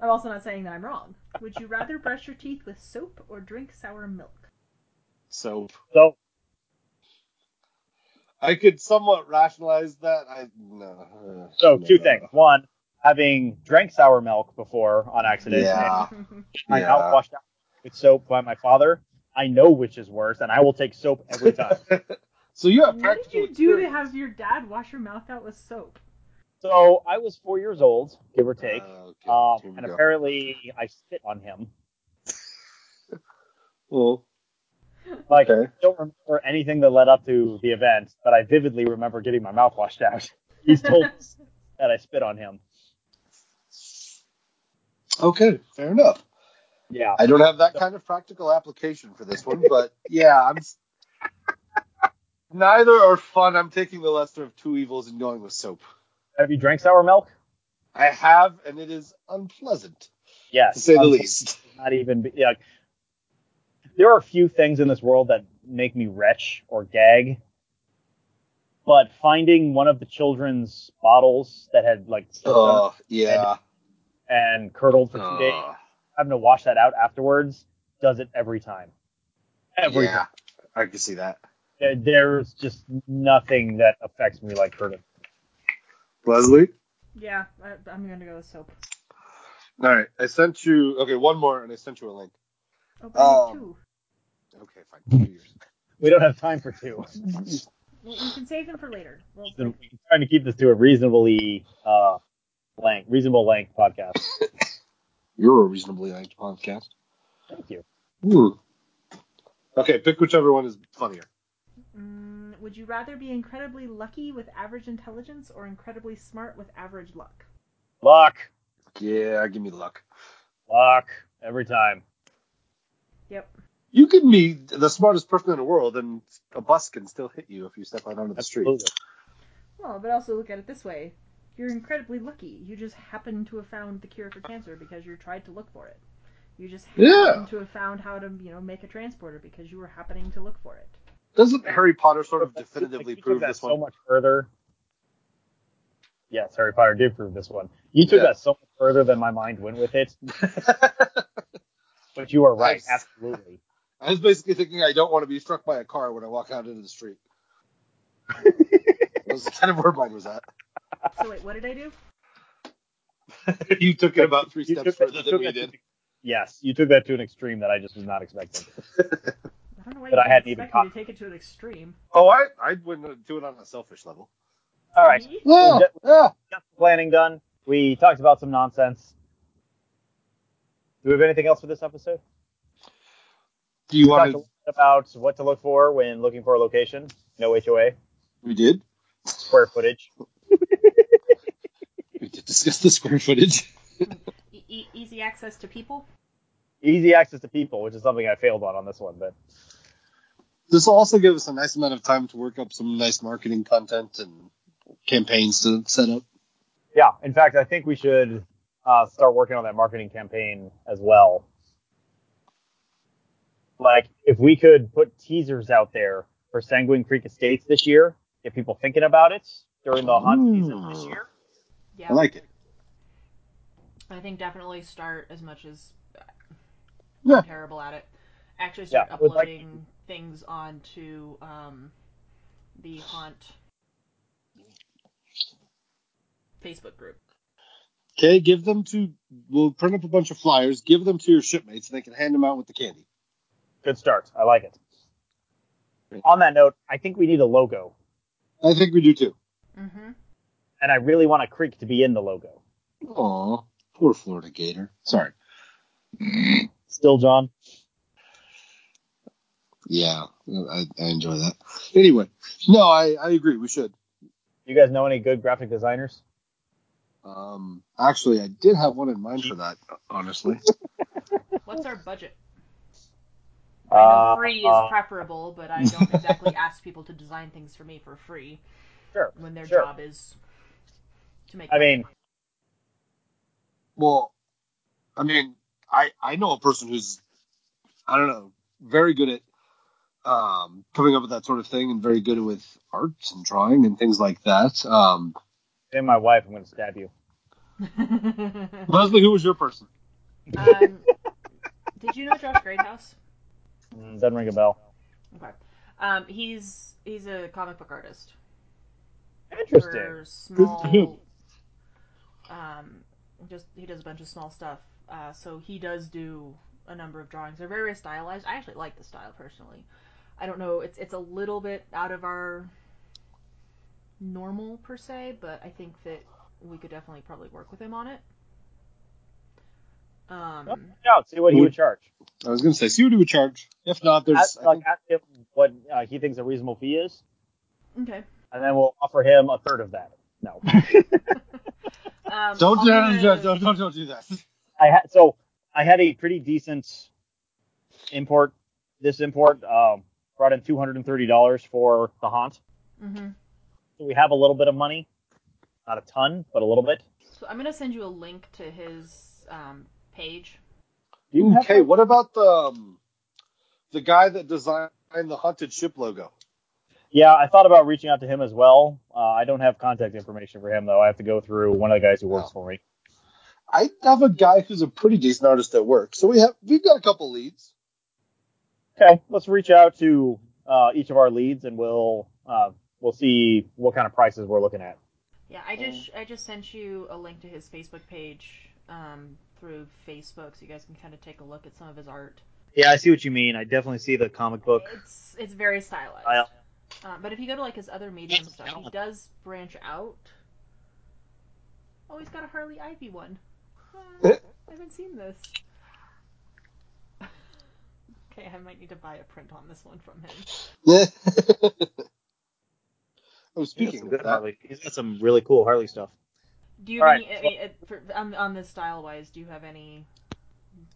[SPEAKER 3] I'm also not saying that I'm wrong. Would you rather brush your teeth with soap or drink sour milk?
[SPEAKER 1] so
[SPEAKER 2] So
[SPEAKER 1] I could somewhat rationalize that. I no. uh,
[SPEAKER 2] So
[SPEAKER 1] no,
[SPEAKER 2] two
[SPEAKER 1] no,
[SPEAKER 2] things.
[SPEAKER 1] no.
[SPEAKER 2] One, having drank sour milk before on accident.
[SPEAKER 1] Yeah.
[SPEAKER 2] I
[SPEAKER 1] Yeah.
[SPEAKER 2] got washed out with soap by my father. I know which is worse, and I will take soap every time.
[SPEAKER 1] So you have
[SPEAKER 3] What did
[SPEAKER 1] practical
[SPEAKER 3] you do to
[SPEAKER 1] experience.
[SPEAKER 3] have your dad wash your mouth out with soap?
[SPEAKER 2] so I was four years old, give or take,
[SPEAKER 1] okay,
[SPEAKER 2] um,
[SPEAKER 1] Oh, here we
[SPEAKER 2] and
[SPEAKER 1] go.
[SPEAKER 2] apparently I spit on him.
[SPEAKER 1] Well,
[SPEAKER 2] Like
[SPEAKER 1] Okay.
[SPEAKER 2] I don't remember anything that led up to the event, but I vividly remember getting my mouth washed out. He's told us that I spit on him.
[SPEAKER 1] okay, fair enough.
[SPEAKER 2] Yeah.
[SPEAKER 1] I don't have that kind of practical application for this one, but yeah, I'm. s- Neither are fun. I'm taking the lesser of two evils and going with soap.
[SPEAKER 2] Have you drank sour milk?
[SPEAKER 1] I have, and it is unpleasant
[SPEAKER 2] Yes.
[SPEAKER 1] to say the
[SPEAKER 2] Um,
[SPEAKER 1] least.
[SPEAKER 2] Not even. be- Yeah. There are few things in this world that make me retch or gag, but finding one of the children's bottles that had like soap in it
[SPEAKER 1] Oh yeah. Oh,
[SPEAKER 2] and curdled for two days,
[SPEAKER 1] Ugh,
[SPEAKER 2] having to wash that out afterwards, does it every time. Every time.
[SPEAKER 1] yeah. I can see that.
[SPEAKER 2] There- There's just nothing that affects me like curdled.
[SPEAKER 1] Leslie.
[SPEAKER 3] Yeah, I, I'm gonna go with soap.
[SPEAKER 1] All right, I sent you. Okay, one more, and I sent you a link.
[SPEAKER 3] Oh, but
[SPEAKER 1] Um,
[SPEAKER 3] two.
[SPEAKER 1] Okay, fine. Two years.
[SPEAKER 2] We don't have time for two.
[SPEAKER 3] Well, you can save them for later. Well,
[SPEAKER 2] We're trying to keep this to a reasonably uh, length, reasonable length podcast.
[SPEAKER 1] You're a reasonably liked podcast.
[SPEAKER 2] Thank you.
[SPEAKER 1] Ooh. Okay, pick whichever one is funnier.
[SPEAKER 3] mm, would you rather be incredibly lucky with average intelligence or incredibly smart with average luck?
[SPEAKER 2] Luck,
[SPEAKER 1] Yeah, give me luck.
[SPEAKER 2] luck, every time.
[SPEAKER 3] Yep.
[SPEAKER 1] You can be the smartest person in the world, and a bus can still hit you if you step out onto the street.
[SPEAKER 2] Absolutely.
[SPEAKER 3] Well, but also look at it this way: you're incredibly lucky. You just happen to have found the cure for cancer because you tried to look for it. You just happen
[SPEAKER 1] Yeah.
[SPEAKER 3] to have found how to, you know, make a transporter because you were happening to look for it.
[SPEAKER 1] Doesn't Harry Potter sort of
[SPEAKER 2] But if
[SPEAKER 1] definitively
[SPEAKER 2] you took
[SPEAKER 1] prove
[SPEAKER 2] that
[SPEAKER 1] this
[SPEAKER 2] so
[SPEAKER 1] one?
[SPEAKER 2] much further. Yes, Harry Potter did prove this one. You took
[SPEAKER 1] Yeah.
[SPEAKER 2] that so much further than my mind went with it, but you are right.
[SPEAKER 1] Nice.
[SPEAKER 2] Absolutely.
[SPEAKER 1] I was basically thinking I don't want to be struck by a car when I walk out into the street. that was kind of where mine was at.
[SPEAKER 3] So wait, what did I do?
[SPEAKER 1] you took it about three
[SPEAKER 2] You
[SPEAKER 1] steps
[SPEAKER 2] took that-
[SPEAKER 1] further
[SPEAKER 2] you
[SPEAKER 1] than
[SPEAKER 2] took
[SPEAKER 1] we
[SPEAKER 2] that to
[SPEAKER 1] did.
[SPEAKER 2] the- Yes, you took that to an extreme that I just was not expecting.
[SPEAKER 3] I don't know why
[SPEAKER 2] But
[SPEAKER 3] you
[SPEAKER 2] I hadn't
[SPEAKER 3] expect
[SPEAKER 2] even
[SPEAKER 3] me to take it to an extreme.
[SPEAKER 1] Oh, I I wouldn't do it on a selfish level.
[SPEAKER 2] All right,
[SPEAKER 3] See?
[SPEAKER 1] Yeah,
[SPEAKER 2] that-
[SPEAKER 1] yeah.
[SPEAKER 2] got the planning done. We talked about some nonsense. Do we have anything else for this episode?
[SPEAKER 1] Do you
[SPEAKER 2] We
[SPEAKER 1] want
[SPEAKER 2] talked a
[SPEAKER 1] to?
[SPEAKER 2] lot about what to look for when looking for a location. No HOA,
[SPEAKER 1] We did.
[SPEAKER 2] square footage.
[SPEAKER 1] We did discuss the square footage.
[SPEAKER 3] E- e- easy access to people.
[SPEAKER 2] easy access to people, which is something I failed on on this one. But
[SPEAKER 1] This will also give us a nice amount of time to work up some nice marketing content and campaigns to set up.
[SPEAKER 2] yeah, in fact, I think we should uh, start working on that marketing campaign as well. Like, if we could put teasers out there for Sanguine Creek Estates this year, get people thinking about it during the hunt season this
[SPEAKER 1] Ooh.
[SPEAKER 2] year.
[SPEAKER 3] Yeah.
[SPEAKER 1] I like it.
[SPEAKER 3] I think definitely start as much as
[SPEAKER 1] Yeah.
[SPEAKER 3] I'm terrible at it. Actually,
[SPEAKER 2] Yeah,
[SPEAKER 3] start
[SPEAKER 2] I would like-
[SPEAKER 3] uploading things onto um, the haunt Facebook group.
[SPEAKER 1] Okay, give them to. We'll print up a bunch of flyers, give them to your shipmates, and they can hand them out with the candy.
[SPEAKER 2] Good start. I like it.
[SPEAKER 1] Great.
[SPEAKER 2] On that note, I think we need a logo,
[SPEAKER 1] I think we do too.
[SPEAKER 3] Mm-hmm.
[SPEAKER 2] and I really want a creek to be in the logo.
[SPEAKER 1] Aw, poor Florida Gator. Sorry.
[SPEAKER 2] Still, John.
[SPEAKER 1] Yeah, I, I enjoy that. Anyway, no, I, I agree. We should.
[SPEAKER 2] You guys know any good graphic designers?
[SPEAKER 1] Um, actually, I did have one in mind for that. Honestly,
[SPEAKER 3] What's our budget? I know free is
[SPEAKER 2] Uh,
[SPEAKER 3] preferable, but I don't exactly ask people to design things for me for free
[SPEAKER 2] Sure.
[SPEAKER 3] when their
[SPEAKER 2] Sure.
[SPEAKER 3] job is to make.
[SPEAKER 2] I mean,
[SPEAKER 1] well, I mean, I I know a person who's, I don't know, very good at um coming up with that sort of thing, and very good with art and drawing and things like that. Um,
[SPEAKER 2] and my wife, I'm going to stab you.
[SPEAKER 3] money.
[SPEAKER 1] Leslie, who was your person?
[SPEAKER 3] um, did you know Josh Greathouse?
[SPEAKER 2] Mm, Doesn't ring a bell.
[SPEAKER 3] Okay. Um, he's he's a comic book artist
[SPEAKER 2] Interesting.
[SPEAKER 3] for small um, just he does a bunch of small stuff. Uh, so he does do a number of drawings. They're very stylized. I actually like the style personally. I don't know. It's it's a little bit out of our normal per se, but I think that we could definitely probably work with him on it.
[SPEAKER 2] Yep.
[SPEAKER 3] Um,
[SPEAKER 2] Out, see what he would charge.
[SPEAKER 1] I was gonna say, see what he would charge. If not, there's
[SPEAKER 2] Ask,
[SPEAKER 1] I
[SPEAKER 2] like,
[SPEAKER 1] think,
[SPEAKER 2] ask him what uh, he thinks a reasonable fee is,
[SPEAKER 3] okay.
[SPEAKER 2] and then we'll offer him a third of that. No,
[SPEAKER 3] Um,
[SPEAKER 1] don't,
[SPEAKER 3] I'm
[SPEAKER 1] do
[SPEAKER 3] gonna-
[SPEAKER 1] don't, don't don't do that.
[SPEAKER 2] I had so I had a pretty decent import. This import um, brought in two hundred and thirty dollars for the haunt.
[SPEAKER 3] Mhm.
[SPEAKER 2] So we have a little bit of money, not a ton, but a little bit.
[SPEAKER 3] So I'm gonna send you a link to his um, page.
[SPEAKER 2] Do you have
[SPEAKER 1] Okay, what about the um, the guy that designed the haunted ship logo?
[SPEAKER 2] Yeah, I thought about reaching out to him as well. Uh, I don't have contact information for him though. I have to go through one of the guys who works
[SPEAKER 1] Oh.
[SPEAKER 2] for me.
[SPEAKER 1] I have a guy who's a pretty decent artist at work, so we have we've got a couple leads.
[SPEAKER 2] Okay, let's reach out to uh, each of our leads and we'll uh, we'll see what kind of prices we're looking at.
[SPEAKER 3] Yeah, I just I just sent you a link to his Facebook page um, through Facebook, so you guys can kind of take a look at some of his art.
[SPEAKER 6] Yeah, I see what you mean. I definitely see the comic book.
[SPEAKER 3] It's it's very stylized.
[SPEAKER 2] Style.
[SPEAKER 3] Uh, but if you go to like his other media and stuff, he does branch out. Oh, he's got a Harley Ivy one. Huh, I haven't seen this. okay, I might need to buy a print on this one from him.
[SPEAKER 1] oh,
[SPEAKER 6] He's got some
[SPEAKER 1] speaking
[SPEAKER 6] good
[SPEAKER 1] of that,
[SPEAKER 6] Harley. He's got some really cool Harley stuff.
[SPEAKER 3] Do you have
[SPEAKER 2] All
[SPEAKER 3] any? I mean, it, for, on, on this style wise, do you have any?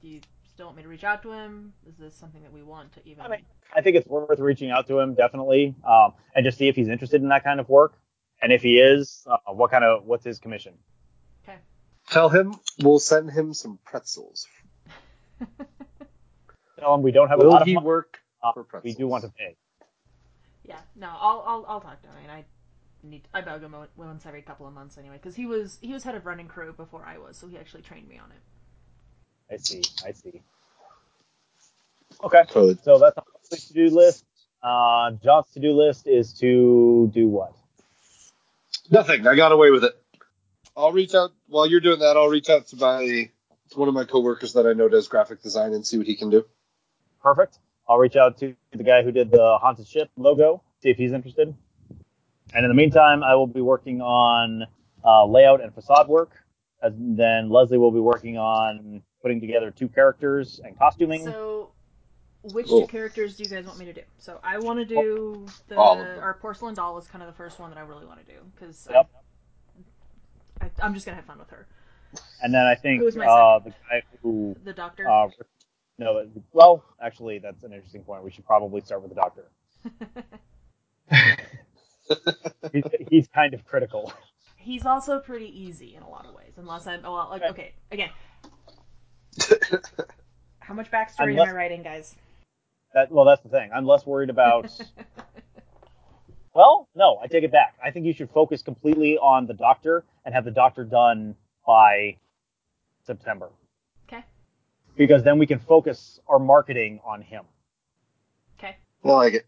[SPEAKER 3] Do you still want me to reach out to him? Is this something that we want to even?
[SPEAKER 2] I mean, I think it's worth reaching out to him definitely, um, and just see if he's interested in that kind of work. And if he is, uh, what kind of what's his commission?
[SPEAKER 1] tell him we'll send him some pretzels.
[SPEAKER 2] Tell him we don't have a
[SPEAKER 1] Will
[SPEAKER 2] lot of
[SPEAKER 1] he
[SPEAKER 2] money.
[SPEAKER 1] work
[SPEAKER 2] Uh,
[SPEAKER 1] for
[SPEAKER 2] we
[SPEAKER 1] pretzels?
[SPEAKER 2] do want to pay.
[SPEAKER 3] yeah, no, I'll I'll, I'll talk to him. I mean, I need I bug him o- once every couple of months anyway, because he was he was head of running crew before I was, so he actually trained me on it.
[SPEAKER 2] I see. I see. Okay.
[SPEAKER 1] So it's-
[SPEAKER 2] So that's on my to-do list. Uh, John's to-do list is to do what?
[SPEAKER 1] Nothing. I got away with it. I'll reach out while you're doing that. I'll reach out to my to one of my coworkers that I know does graphic design and see what he can do.
[SPEAKER 2] Perfect. I'll reach out to the guy who did the haunted ship logo, see if he's interested. And in the meantime, I will be working on uh, layout and facade work. And then Leslie will be working on putting together two characters and costuming.
[SPEAKER 3] So, which
[SPEAKER 1] Cool.
[SPEAKER 3] two characters do you guys want me to do? So I want to do the
[SPEAKER 1] All of them.
[SPEAKER 3] our porcelain doll is kind of the first one that I really want to do because
[SPEAKER 2] Yep.
[SPEAKER 3] I, I'm just gonna have fun with her.
[SPEAKER 2] And then I think
[SPEAKER 3] Who's my
[SPEAKER 2] uh, the guy who
[SPEAKER 3] The doctor.
[SPEAKER 2] Uh, no, well, actually, that's an interesting point. We should probably start with the doctor. he's, he's kind of critical.
[SPEAKER 3] He's also pretty easy in a lot of ways, unless I'm well, like
[SPEAKER 2] Okay.
[SPEAKER 3] okay, again. How much backstory
[SPEAKER 2] Unless-
[SPEAKER 3] am I writing, guys?
[SPEAKER 2] That, well, that's the thing. I'm less worried about. well, no, I take it back. I think you should focus completely on the doctor and have the doctor done by September.
[SPEAKER 3] Okay.
[SPEAKER 2] Because then we can focus our marketing on him.
[SPEAKER 3] Okay.
[SPEAKER 1] I like it.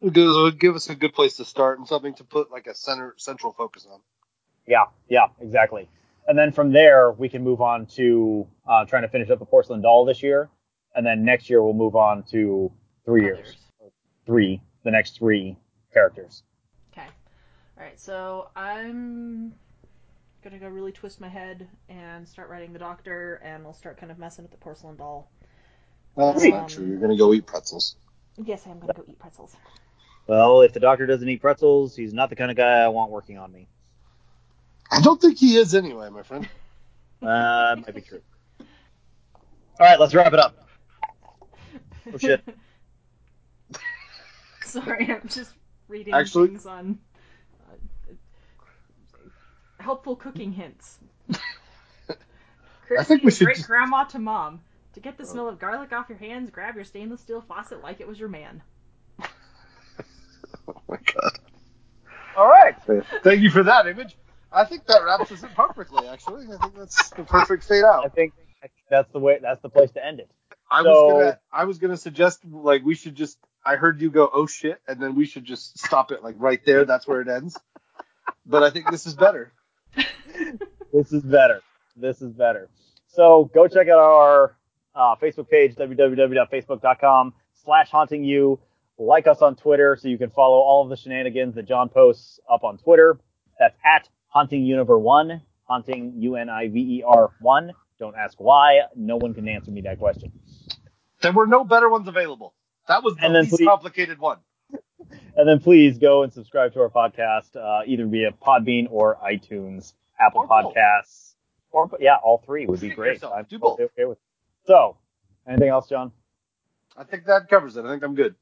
[SPEAKER 1] It gives- It would give us a good place to start and something to put like a center central focus on.
[SPEAKER 2] Yeah, yeah, exactly. And then from there, we can move on to uh, trying to finish up the porcelain doll this year, and then next year we'll move on to three years,
[SPEAKER 3] Others.
[SPEAKER 2] three, the next three characters.
[SPEAKER 3] Okay. All right. So I'm gonna go really twist my head and start writing the doctor, and we'll start kind of messing with the porcelain doll.
[SPEAKER 1] That's
[SPEAKER 3] Great.
[SPEAKER 1] not true. You're gonna go eat pretzels.
[SPEAKER 3] Yes, I'm gonna go eat pretzels.
[SPEAKER 6] Well, if the doctor doesn't eat pretzels, he's not the kind of guy I want working on me.
[SPEAKER 1] I don't think he is anyway, my friend.
[SPEAKER 2] Um,
[SPEAKER 6] Uh, might be true. All right, let's wrap it up. Oh, shit.
[SPEAKER 3] Sorry, I'm just reading
[SPEAKER 1] Actually-
[SPEAKER 3] things on uh, helpful cooking hints. Courtesy
[SPEAKER 1] I think we
[SPEAKER 3] of
[SPEAKER 1] should
[SPEAKER 3] great
[SPEAKER 1] just- Oh.
[SPEAKER 3] grandma to mom. To get the smell of garlic off your hands, grab your stainless steel faucet like it was your man.
[SPEAKER 1] Oh my god.
[SPEAKER 2] All right.
[SPEAKER 1] Thank you for that image. I think that wraps us up perfectly. Actually, I think that's the perfect fade
[SPEAKER 2] I
[SPEAKER 1] out.
[SPEAKER 2] think I think that's the way. That's the place to end it.
[SPEAKER 1] I
[SPEAKER 2] So-
[SPEAKER 1] was gonna I was gonna suggest like we should just I heard you go oh shit and then we should just stop it like right there that's where it ends. But I think this is better.
[SPEAKER 2] this is better. This is better. So go check out our uh, Facebook page, www.facebook.com slash haunting you. Like us on Twitter so you can follow all of the shenanigans that John posts up on Twitter. That's at haunting univer one, haunting U N I V E R one. Don't ask why. No one can answer me that question.
[SPEAKER 1] There were no better ones available. That was the
[SPEAKER 2] And then
[SPEAKER 1] least
[SPEAKER 2] please-
[SPEAKER 1] complicated one.
[SPEAKER 2] And then please go and subscribe to our podcast, uh, either via Podbean or iTunes, Apple
[SPEAKER 1] Or both.
[SPEAKER 2] Podcasts, or yeah, all three would be
[SPEAKER 1] Treat
[SPEAKER 2] great.
[SPEAKER 1] yourself. Do both.
[SPEAKER 2] okay with so, anything else, John?
[SPEAKER 1] I think that covers it. I think I'm good.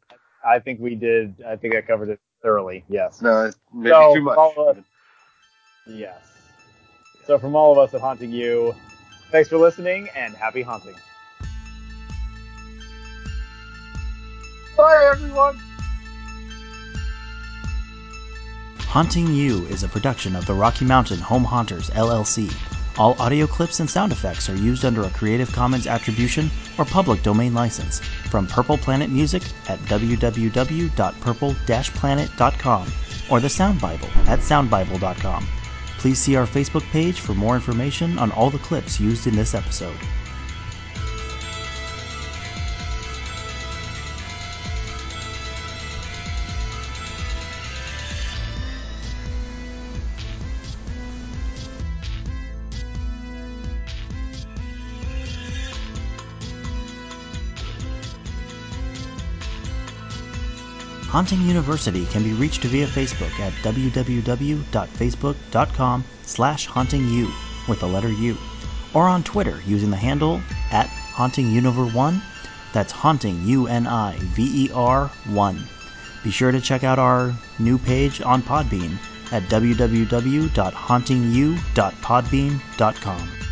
[SPEAKER 2] I think we did. I think I covered it thoroughly. Yes.
[SPEAKER 1] No, maybe
[SPEAKER 2] So,
[SPEAKER 1] too much.
[SPEAKER 2] follow us. Yes. So, from all of us at Haunting You, thanks for listening and happy haunting.
[SPEAKER 1] Bye, everyone.
[SPEAKER 7] Haunting You is a production of the Rocky Mountain Home Haunters, LLC. All audio clips and sound effects are used under a Creative Commons Attribution or Public Domain license from Purple Planet Music at www.purple-planet.com or the Sound Bible at soundbible.com. Please see our Facebook page for more information on all the clips used in this episode. Haunting University can be reached via Facebook at www.facebook.com slash hauntingu with the letter U, or on Twitter using the handle at hauntinguniver1. That's haunting U-N-I-V-E-R 1. E Be sure to check out our new page on Podbean at www.hauntingu.podbean.com.